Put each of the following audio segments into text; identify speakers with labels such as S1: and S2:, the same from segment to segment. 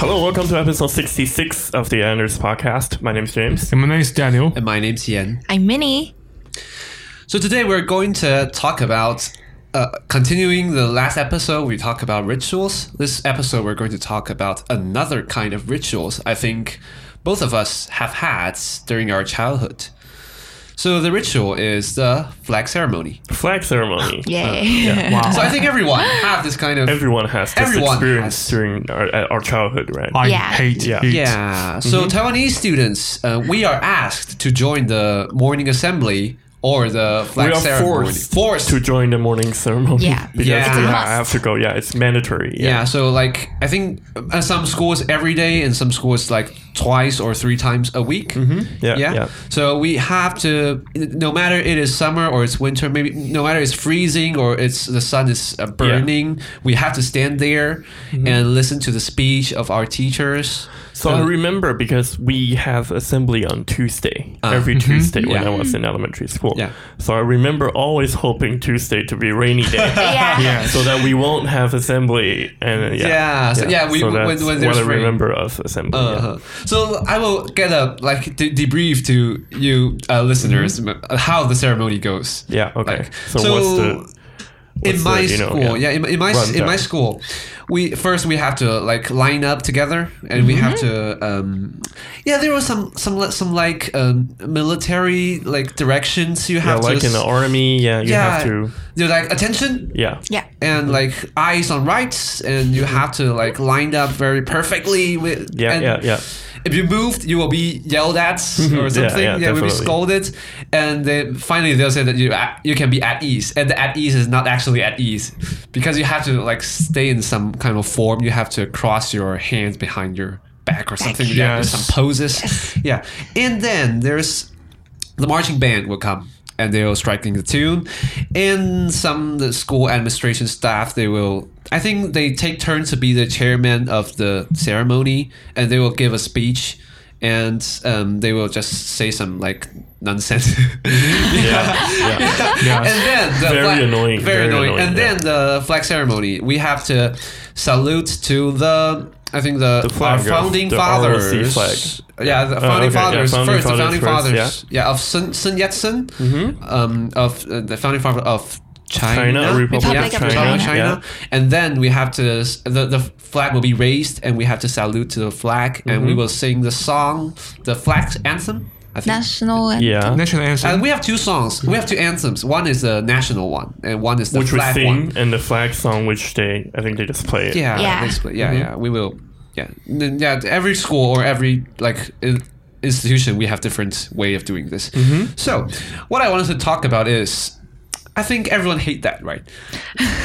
S1: Hello, welcome to episode 66 of the Anders podcast. My name's James.
S2: And my name is Daniel.
S3: And my name's Ian.
S4: I'm Minnie.
S3: So today we're going to talk about uh, continuing the last episode we talked about rituals. This episode we're going to talk about another kind of rituals I think both of us have had during our childhood. So the ritual is the flag ceremony.
S1: Flag ceremony.
S3: Uh,
S4: Yay.
S2: Wow.
S3: So I think everyone have this kind of
S1: Everyone has this
S3: Everyone
S1: experience
S3: has.
S1: during our, uh, our childhood, right?
S2: I
S4: Yeah.
S2: hate
S1: Yeah.
S2: it.
S3: Yeah. So
S1: Mm-hmm.
S3: Taiwanese students, uh, we are asked to join the morning assembly or the flag
S1: we are
S3: ceremony.
S1: forced, to join the morning ceremony
S4: Yeah.
S1: because
S3: Yeah.
S1: we
S3: It's a
S1: ha- have to go. Yeah, it's mandatory.
S3: Yeah. so like I think uh, some schools every day and some schools like twice or three times a week. Mm-hmm.
S1: Yeah, yeah.
S3: So we have to, no matter it is summer or it's winter, maybe no matter it's freezing or it's the sun is uh, burning, we have to stand there
S1: Mm-hmm.
S3: and listen to the speech of our teachers.
S1: So
S3: Um,
S1: I remember because we have assembly on Tuesday, every Tuesday when
S3: Uh, mm-hmm. Yeah.
S1: I was in elementary school.
S3: Yeah.
S1: So I remember always hoping Tuesday to be a rainy day.
S4: Yeah.
S1: So that we won't have assembly, and uh, yeah,
S3: Yeah, so- yeah, we-
S1: so
S3: when-
S1: that's
S3: when
S1: what
S3: there's
S1: I
S3: rain.
S1: remember of assembly. yeah.
S3: Uh-huh. So I will get a like de- debrief to you uh, listeners
S1: Mm-hmm.
S3: uh, how the ceremony goes.
S1: Yeah. Okay.
S3: Like,
S1: so, what's the?
S3: in
S1: what's
S3: my
S1: the, you know,
S3: school, yeah.
S1: yeah,
S3: in, in my in my
S1: rundown?
S3: school, we first we have to like line up together, and we have
S1: Mm-hmm.
S3: to, um, yeah. There was some some li- some like um, military like directions you
S1: Yeah,
S3: have to,
S1: like in the
S3: s-
S1: army, yeah, you
S3: yeah.
S1: have to,
S3: They're like attention,
S1: yeah,
S4: Yeah.
S1: Mm-hmm.
S3: and like eyes on right, and you have to like lined up very perfectly with
S1: Yeah,
S3: and
S1: yeah, yeah.
S3: If you moved, you will be yelled at or something.
S1: yeah,
S3: yeah, we'll be
S1: definitely.
S3: scolded, and then finally they'll say that you at- you can be at ease, and the at ease is not actually at ease because you have to like stay in some kind of form. You have to cross your hands behind your back or something. Yeah,
S2: Yes.
S3: some poses. Yeah, and then there's the marching band will come and they will striking the tune and some the school administration staff they will i think they take turns to be the chairman of the ceremony and they will give a speech and um, they will just say some like nonsense
S1: yeah, yeah.
S2: Yeah.
S3: and then the
S1: Very
S3: flag-
S1: annoying,
S3: very,
S1: very
S3: annoying.
S1: annoying,
S3: and then the flag ceremony we have to salute to the i think the,
S1: The flag
S3: our
S1: of
S3: founding
S1: the
S3: fathers
S1: ROC flag. Oh,
S3: yeah the
S1: okay,
S3: founding
S1: yeah,
S3: fathers
S1: founding
S3: first the
S1: fathers
S3: founding
S1: first, Mm-hmm.
S3: fathers yeah, of sun, sun yat-sen um, of uh, the founding father of China,
S1: China, Republic
S4: of
S3: Yeah,
S4: China,
S3: Republic of
S1: yeah.
S3: China. and then we have to s- the, the flag will be raised, and we have to salute to the flag, and
S1: Mm-hmm.
S3: we will sing the song, the flag anthem. I think.
S4: National and
S1: yeah.
S2: National
S3: And
S1: Mm-hmm.
S2: anthem.
S3: we have two songs. We have two anthems. One is the national one, and one is the
S1: Which we
S3: flag
S1: sing,
S3: one.
S1: and the flag song, which they, I think they just play it.
S3: Yeah,
S4: Yeah.
S3: basically, yeah,
S1: Mm-hmm.
S3: yeah. We will, yeah, N- n- yeah. Every school or every like in- institution, we have different way of doing this.
S1: Mm-hmm.
S3: So, what I wanted to talk about is, I think everyone hate that, right?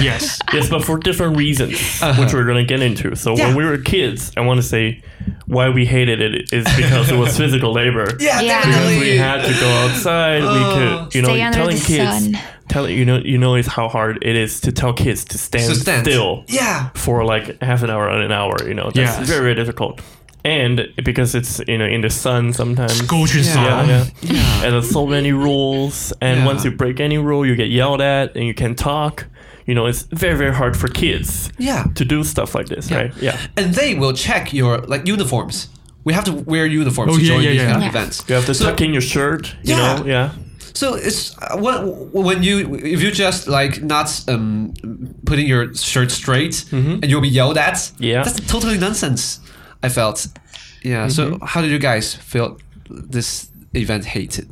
S2: Yes.
S1: Yes, but for different reasons, which we're gonna get into. So
S3: Uh-huh. Yeah.
S1: when we were kids, I want to say why we hated it is because it was physical labor.
S4: Yeah.
S1: Because we had to go outside.
S3: Oh.
S1: we could, you know,
S4: Stay under
S1: telling
S4: the
S1: kids,
S4: sun.
S1: tell you know, you know, is how hard it is to tell kids to stand,
S3: So stand.
S1: still.
S3: Yeah.
S1: for like half an hour on an hour. You know, that's
S2: Yes.
S1: very, very difficult. And because it's you know in the sun sometimes.
S2: Gorgeous
S3: Yeah.
S2: song.
S1: Yeah, yeah. And there's so many rules, and
S3: Yeah.
S1: once you break any rule, you get yelled at, and you can talk. You know, it's very, very hard for kids.
S3: Yeah.
S1: To do stuff like this, right? Yeah.
S3: And they will check your like uniforms. We have to wear uniforms
S2: Oh,
S3: to
S2: yeah,
S3: join
S2: yeah,
S3: these
S2: yeah.
S3: kind of
S4: Yeah.
S3: events.
S1: You have to
S3: So-
S1: tuck in your shirt. You
S3: Yeah.
S1: know. Yeah.
S3: So it's uh, what when you if you just like not um putting your shirt straight
S2: Mm-hmm.
S3: and you'll be yelled at.
S1: Yeah.
S3: that's totally nonsense. I felt. Yeah.
S2: Mm-hmm.
S3: So how did you guys feel this event hated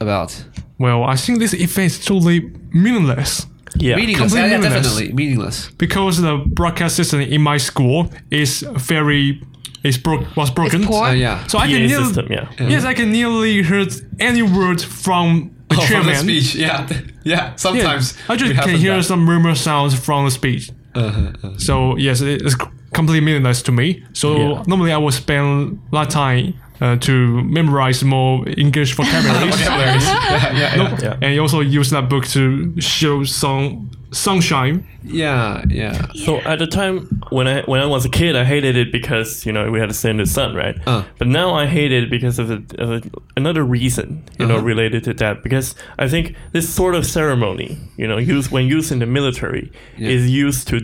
S3: about?
S2: Well, I think this event is totally meaningless
S1: Yeah.
S3: Meaningless. Yeah, yeah,
S2: Completely meaningless.
S3: definitely meaningless. Uh,
S2: because the broadcast system in my school is very is bro- was broken.
S4: poor.
S3: Oh yeah.
S2: So I
S1: PA
S2: can nearly,
S1: system, yeah.
S2: yes, I can nearly hear any word from the
S3: Oh, from
S2: chairman.
S3: the speech. Yeah. yeah.
S2: Yeah,
S3: Sometimes
S2: I
S3: we
S2: just can
S3: happen
S2: hear
S3: that.
S2: some murmur sounds from the speech.
S3: Uh-huh, uh-huh.
S2: So yes, it- it's c- completely meaningless to me. So
S1: Yeah.
S2: normally I will spend a lot of time uh, to memorize more English vocabularies.
S3: Vocabularies. yeah, yeah, yeah.
S1: Yeah.
S2: And you also use that book to show some sunshine.
S3: Yeah, yeah.
S1: So at the time when I when I was a kid, I hated it because you know we had to stay in the sun, right?
S3: Uh.
S1: But now I hate it because of, a, of a, another reason, you know,
S3: Uh-huh.
S1: related to that. Because I think this sort of ceremony, you know, used when used in the military,
S3: Yeah.
S1: is used to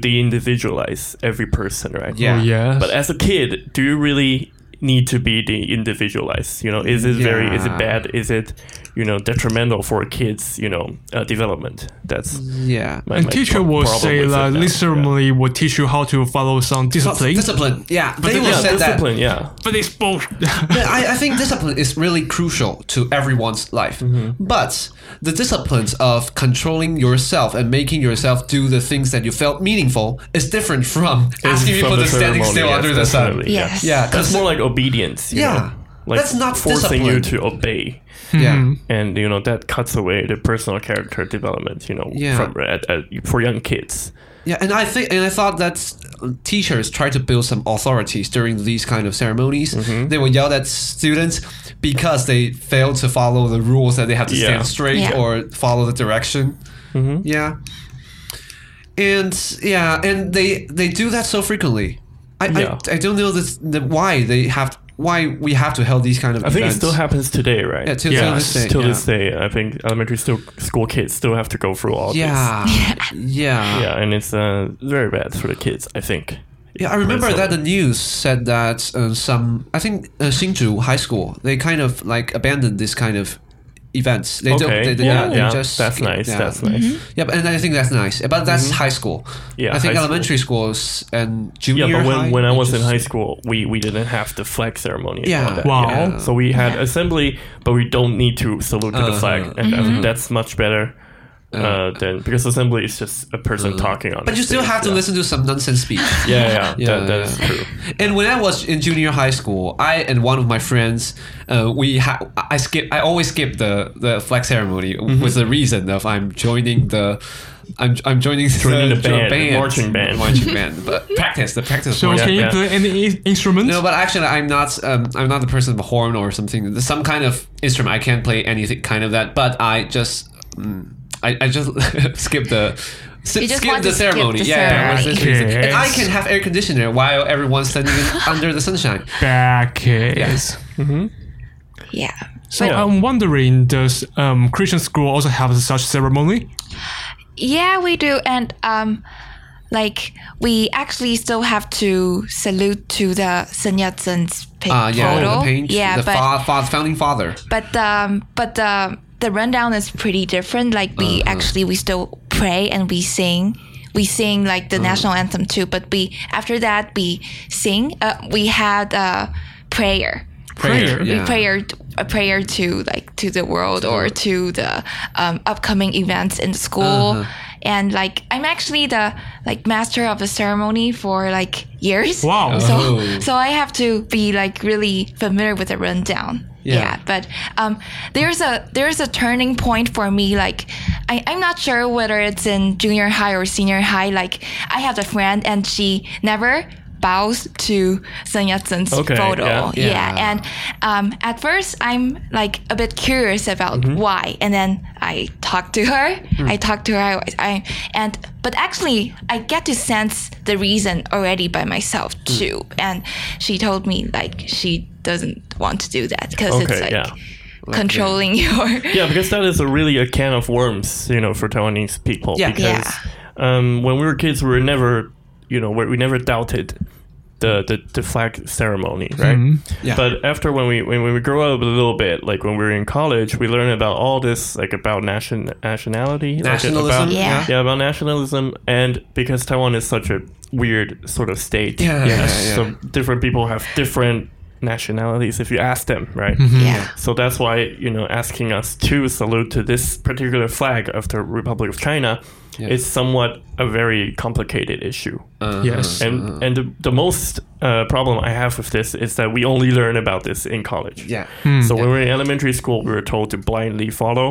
S1: de-individualize every person, right?
S3: Yeah.
S2: Oh, yes.
S1: But as a kid, do you really need to be de individualized? You know, is it very is it
S3: Yeah.
S1: bad? Is it you know detrimental for kids? You know, uh, development. That's
S3: Yeah.
S1: my,
S2: and
S1: my
S2: teacher
S1: pro-
S2: will
S1: problem
S2: say
S1: with it
S2: that
S1: now.
S2: this ceremony will teach you how to follow some discipline.
S3: Discipline. Yeah. they
S2: then-
S3: will
S1: Yeah,
S3: say that.
S1: discipline. Yeah.
S2: but it's both.
S3: But I, I think discipline is really crucial to everyone's life. But the disciplines of controlling yourself and making yourself do the things that you felt meaningful is different from asking
S1: from
S3: people to standing
S1: ceremony,
S3: still
S1: yes,
S3: under the sun.
S1: definitely, yeah.
S4: Yes.
S3: Yeah,
S1: That's more like obedience. you
S3: Yeah.
S1: know? Like
S3: That's not
S1: forcing you
S3: discipline.
S1: to obey.
S3: yeah,
S1: And you know that cuts away the personal character development. You know,
S3: Yeah.
S1: from at, at, for young kids.
S3: yeah. And I think and I thought that teachers try to build some authorities during these kind of ceremonies.
S1: Mm-hmm.
S3: They will yell at students because they fail to follow the rules that they have to
S1: Yeah. Mm-hmm.
S3: stand straight
S4: Yeah.
S3: or follow the direction. Yeah. And yeah, and they they do that so frequently. I
S1: Yeah.
S3: I, I don't know this, the, why they have why we have to hold these kind of
S1: I think it
S3: events.
S1: still happens today, right?
S3: yeah, till,
S2: Yeah,
S3: till this day.
S1: Till
S3: yeah.
S1: this day, I think elementary still, school kids still have to go through all this.
S3: Yeah. Yeah.
S1: Yeah, and it's uh, very bad for the kids, I think.
S3: Yeah, I remember
S1: Myself.
S3: that the news said that uh, some, I think uh, Hsinchu High School, they kind of like abandoned this kind of events. They don't.
S1: okay.
S3: They, they,
S1: yeah,
S3: they
S1: yeah.
S3: just,
S1: that's nice.
S3: yeah.
S1: That's nice. Mm-hmm.
S3: Yeah, but- and I think that's nice. But that's high school.
S1: Yeah,
S3: I think
S1: high
S3: elementary schools and
S1: Yeah,
S3: junior.
S1: but when,
S3: high,
S1: when I
S3: they
S1: was in
S3: just-
S1: high school, we, we didn't have the flag ceremony. and all
S3: Yeah.
S1: that,
S2: Wow.
S1: yeah. So we had assembly, but we don't need to salute to the flag, and I
S3: Mm-hmm.
S1: think that's much better uh, than because assembly is just a person talking on.
S3: But
S1: a
S3: you still
S1: stage,
S3: have to
S1: yeah.
S3: listen to some nonsense speech.
S1: Yeah, yeah,
S3: Yeah,
S1: that, that is
S3: yeah.
S1: true.
S3: And when I was in junior high school, I and one of my friends, uh, we ha- I skip. I always skip the the flag ceremony
S1: Mm-hmm.
S3: with the reason of I'm joining the. I'm, I'm joining,
S1: Joining
S3: the,
S1: the band, marching band.
S3: marching band, but practice the practice.
S2: so
S3: marching
S2: can you
S1: Oh, yeah.
S2: play any I- instruments?
S3: no, but actually, I'm not. Um, I'm not the person of a horn or something. There's Some kind of instrument. I can't play anything kind of that. But I just, mm, I, I just skip the. s-
S4: You just
S3: skip
S4: want
S3: the
S4: to skip
S3: ceremony.
S4: the
S3: yeah,
S4: ceremony.
S3: yeah, that's the reason.
S2: Okay.
S3: And I can have air conditioner while everyone's standing in- under the sunshine.
S2: Back
S3: Yes.
S4: Yeah.
S2: So
S1: Yeah.
S2: I'm wondering, does um, Christian school also have such ceremony?
S4: Yeah, we do. And um, like we actually still have to salute to the Sun Yat-sen's pic
S3: Uh, yeah,
S4: photo.
S3: the paint.
S4: yeah,
S3: the
S4: but
S3: fa- fa- founding father.
S4: but um, but um, the rundown is pretty different. Like
S3: Uh-huh.
S4: we actually we still pray and we sing. We sing like
S3: Uh-huh.
S4: the national anthem too. But we after that we sing. Uh, we had uh, prayer.
S2: Prayer.
S4: We
S3: Yeah.
S4: prayer a prayer to like to the world or to the um, upcoming events in school
S3: Uh-huh.
S4: and like i'm actually the like master of the ceremony for like years
S2: Wow.
S4: so
S3: Oh.
S4: so i have to be like really familiar with the rundown yeah, but um, there's a there's a turning point for me like I, i'm not sure whether it's in junior high or senior high like i have a friend and she never bows to sun yat-sen's
S1: Okay,
S4: photo
S1: yeah.
S4: yeah,
S3: Yeah.
S4: and um, at first i'm like a bit curious about
S1: Mm-hmm.
S4: why and then i talk to her
S1: Mm.
S4: i talk to her I, I and but actually i get to sense the reason already by myself
S1: Mm.
S4: too and she told me like she doesn't want to do that because
S1: Okay,
S4: it's like
S1: yeah.
S4: controlling your
S1: Yeah, because that is a really a can of worms, you know, for Taiwanese people.
S3: Yeah.
S1: Because Um, when we were kids, we were never, you know, we we never doubted the the, the flag ceremony, right?
S3: Yeah.
S1: But after when we when, we grew up a little bit, like when we were in college, we learned about all this, like about nation nationality,
S3: Nationalism.
S1: like about,
S4: Yeah.
S1: yeah, about nationalism, and because Taiwan is such a weird sort of state,
S3: Yeah, yeah, yeah.
S1: so different people have different nationalities if you ask them, right?
S4: yeah
S1: So that's why, you know, asking us to salute to this particular flag of the Republic of China is somewhat a very complicated issue.
S3: Uh-huh.
S2: Yes.
S1: and and the, the most uh, problem I have with this is that we only learn about this in college.
S3: Yeah.
S1: So when we we're in elementary school, we were told to blindly follow.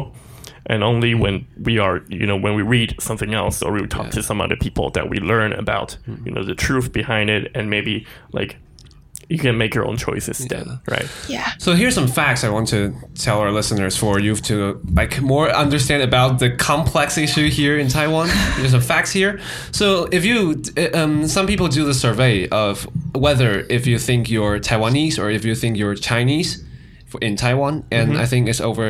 S1: And only when we are, you know, when we read something else or we
S3: Hmm.
S1: talk to some other people that we learn about, you know, the truth behind it and maybe like you can make your own choices then, right?
S4: Yeah.
S3: So here's some facts I want to tell our listeners for you to like more understand about the complex issue here in Taiwan. There's some facts here. So if you, uh, um, some people do the survey of whether if you think you're Taiwanese or if you think you're Chinese for- in Taiwan, and I think it's over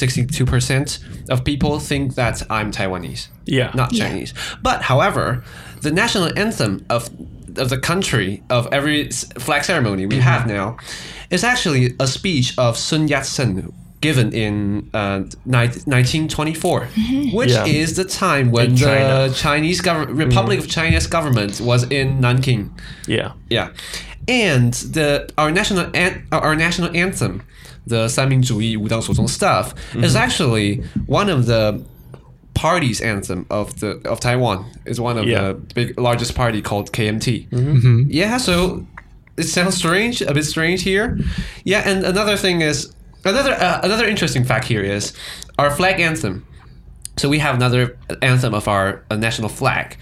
S3: sixty-two percent of people think that I'm Taiwanese
S1: Yeah.
S3: not
S4: Yeah.
S3: Chinese. But however, the national anthem of of the country of every s- flag ceremony we have now is actually a speech of Sun Yat-sen given in uh, ni- 1924 which
S1: Yeah.
S3: is the time when
S1: In China. Mm-hmm.
S3: the Chinese government Republic of China's government was in Nanking
S1: Yeah.
S3: yeah, and the our national an- uh, our national anthem, the 三民主义无党所宗 stuff, is actually one of the party's anthem of the of Taiwan. It's one of
S1: Yeah.
S3: the big largest party called KMT. Yeah, so it sounds strange, a bit strange here. Yeah, and another thing is another uh, another interesting fact here is our flag anthem. So we have another anthem of our uh, national flag,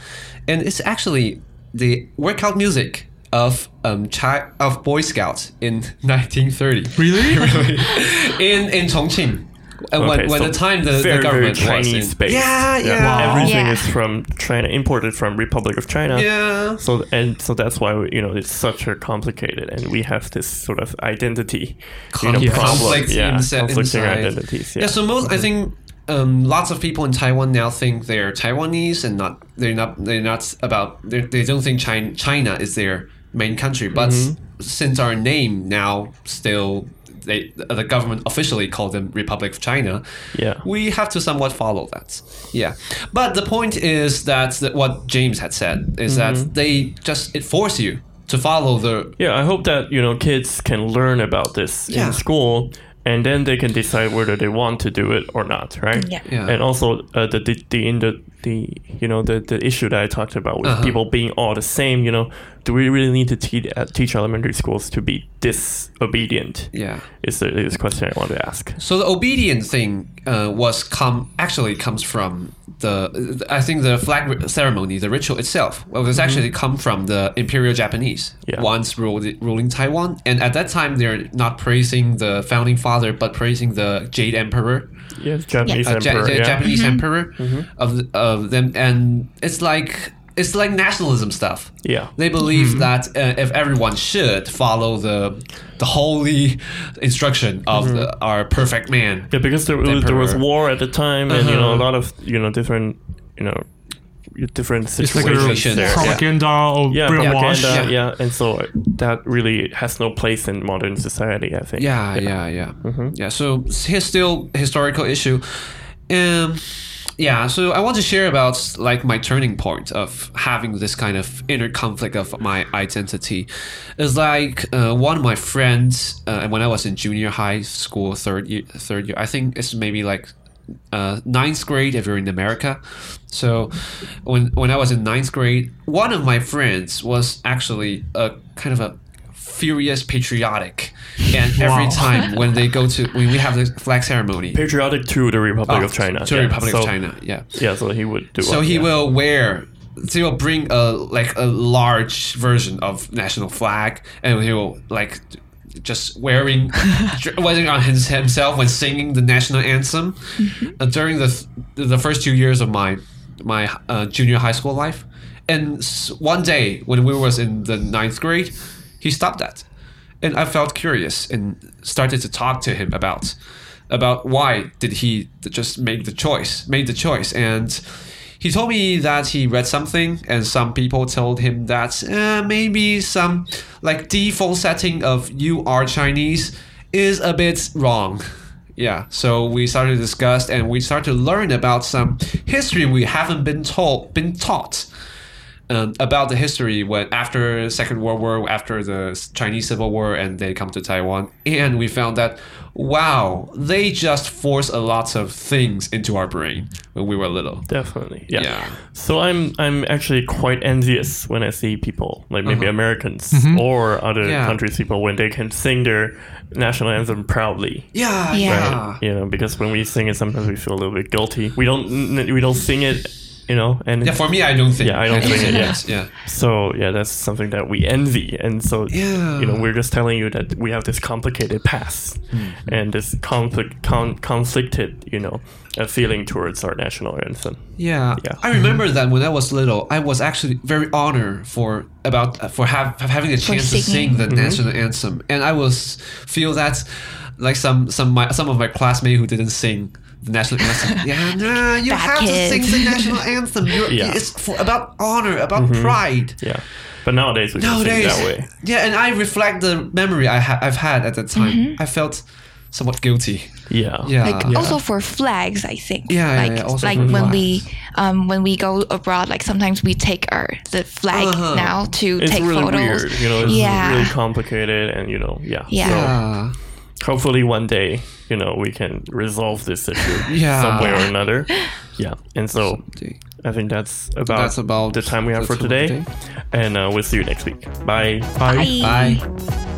S3: and it's actually the workout music of um chi- of Boy Scouts in 1930
S2: Really?
S3: in in Chongqing. And
S1: Okay,
S3: when, when
S1: so
S3: the time the,
S1: very,
S3: the government
S1: very
S3: was in-
S1: Chinese based.
S3: yeah yeah
S1: Everything
S4: Yeah.
S1: is from China, imported from Republic of China.
S3: yeah
S1: So and so that's why you know it's such a complicated, and we have this sort of identity, you know,
S3: Yeah.
S1: problem.
S3: conflict
S1: yeah,
S3: inse-
S1: conflicting
S3: inside.
S1: identities. Yeah. Mm-hmm.
S3: Yeah, so most I think um, lots of people in Taiwan now think they're Taiwanese and not they're not they're not about they're, they don't think China China is their main country. But s-
S1: Mm-hmm.
S3: since our name now still they the government officially called them Republic of China.
S1: Yeah.
S3: we have to somewhat follow that. Yeah, but the point is that, that what James had said
S1: Mm-hmm.
S3: is that they just it force you to follow the
S1: Yeah, I hope that you know kids can learn about this
S3: Yeah.
S1: in school, and then they can decide whether they want to do it or not, right?
S4: Yeah.
S3: Yeah.
S1: And also uh, the the the, in the the you know the the issue that I talked about
S3: Uh-huh.
S1: with people being all the same. You know, do we really need to teach uh, teach elementary schools to be disobedient?
S3: yeah.
S1: Is the is the question I want to ask.
S3: So the obedient thing uh, was come actually comes from the I think the flag ri- ceremony, the ritual itself, well, was actually come from the imperial Japanese
S1: Mm-hmm. Yeah.
S3: once ruled, ruling Taiwan, and at that time they're not praising the founding father, but praising the Jade Emperor,
S1: Yeah, Japanese
S3: uh, Ja-
S1: emperor.
S3: Ja-
S1: yeah. Mm-hmm.
S3: Japanese Emperor of the- of them, and it's like it's like nationalism stuff.
S1: Yeah.
S3: They believe that uh, if everyone should follow the the holy instruction of
S1: Mm-hmm.
S3: the, our perfect man,
S1: Yeah, because there, was- there was
S3: Emperor.
S1: war at the time, and you know a
S3: Uh-huh.
S1: lot of you know different you know different
S2: It's like a
S1: situations
S3: Situation.
S1: there. Yeah.
S2: propaganda or
S1: yeah,
S2: brainwash.
S1: propaganda,
S3: Yeah.
S1: yeah. and so that really has no place in modern society. I think.
S3: Yeah, yeah, yeah. Yeah. So here's still historical issue. Um, yeah. So I want to share about like my turning point of having this kind of inner conflict of my identity. Is like uh, one of my friends uh, when I was in junior high school, third year, third year. I think it's maybe like uh, ninth grade if you're in America. So when when I was in ninth grade, one of my friends was actually a kind of a furious patriotic, and every
S2: Wow.
S1: Oh.
S3: time when they go to when we have the flag ceremony
S1: Patriotic to the Republic
S3: Oh,
S1: of China.
S3: to the
S1: yeah.
S3: Republic of
S1: So-
S3: China, yeah.
S1: Yeah, so he would do.
S3: So
S1: it,
S3: he
S1: yeah.
S3: will wear. So he'll bring a like a large version of national flag, and he'll like just wearing wearing on his, himself when singing the national anthem
S1: Mm-hmm.
S3: uh, during the the first two years of my my uh, junior high school life. And s- one day when we was in the ninth grade, he stopped that, and I felt curious and started to talk to him about about why did he just make the choice made the choice and he told me that he read something and some people told him that uh, maybe some like default setting of you are chinese is a bit wrong yeah so we started to discuss and we started to learn about some history we haven't been told been taught um, about the history when after Second World War, after the Chinese Civil War, and they come to Taiwan, and we found that wow, they just force a lot of things into our brain when we were little.
S1: Definitely, yeah.
S3: Yeah.
S1: So I'm I'm actually quite envious when I see people like maybe Americans or other
S3: Uh-huh. Yeah.
S1: countries people when they can sing their national anthem proudly.
S3: Yeah,
S4: Yeah.
S1: Right? You know, because when we sing it, sometimes we feel a little bit guilty. We don't n- we don't sing it you know, and
S3: Yeah, for me, I don't think.
S1: Yeah, I don't
S4: think it,
S3: yes. Yeah.
S1: so yeah, that's something that we envy, and so
S3: Yeah. Hmm.
S1: you know, we're just telling you that we have this complicated past and this conflict, con- conflicted, you know, uh, feeling towards our national anthem.
S3: Yeah.
S1: Yeah.
S3: I remember that when I was little, I was actually very honored for about for have, for having a chance to
S4: singing.
S3: sing the
S1: Mm-hmm.
S3: national anthem, and I was feel that like some some my, some of my classmates who didn't sing the national anthem. yeah, nah, you
S4: Bad
S3: have to
S4: kids.
S3: sing the national anthem. You're,
S1: Yeah. Mm-hmm.
S3: It's for, about honor, about pride.
S1: Yeah, but nowadays we don't think
S3: Nowadays,
S1: that way.
S3: yeah, and I reflect the memory I ha- I've had at that time. I felt somewhat guilty.
S1: Yeah,
S3: Yeah.
S4: Mm-hmm. like oh.
S3: yeah.
S4: also for flags i think
S3: Yeah, yeah,
S4: like
S3: yeah, also
S4: like
S3: for
S4: when
S3: flags.
S4: we um when we go abroad like sometimes we take our the flag
S3: Uh-huh.
S4: now to
S1: it's
S4: take
S1: really
S4: photos
S1: weird, you know, it's
S4: yeah
S1: really complicated, and you know, yeah,
S4: Yeah.
S1: So,
S3: Yeah.
S1: hopefully one day you know we can resolve this issue
S3: Yeah.
S1: some way or another yeah and so i think that's about
S3: That's about
S1: the time we have
S3: the
S1: for
S3: time
S1: today
S3: today.
S1: and uh, we'll see you next week bye
S4: Bye.
S3: Bye.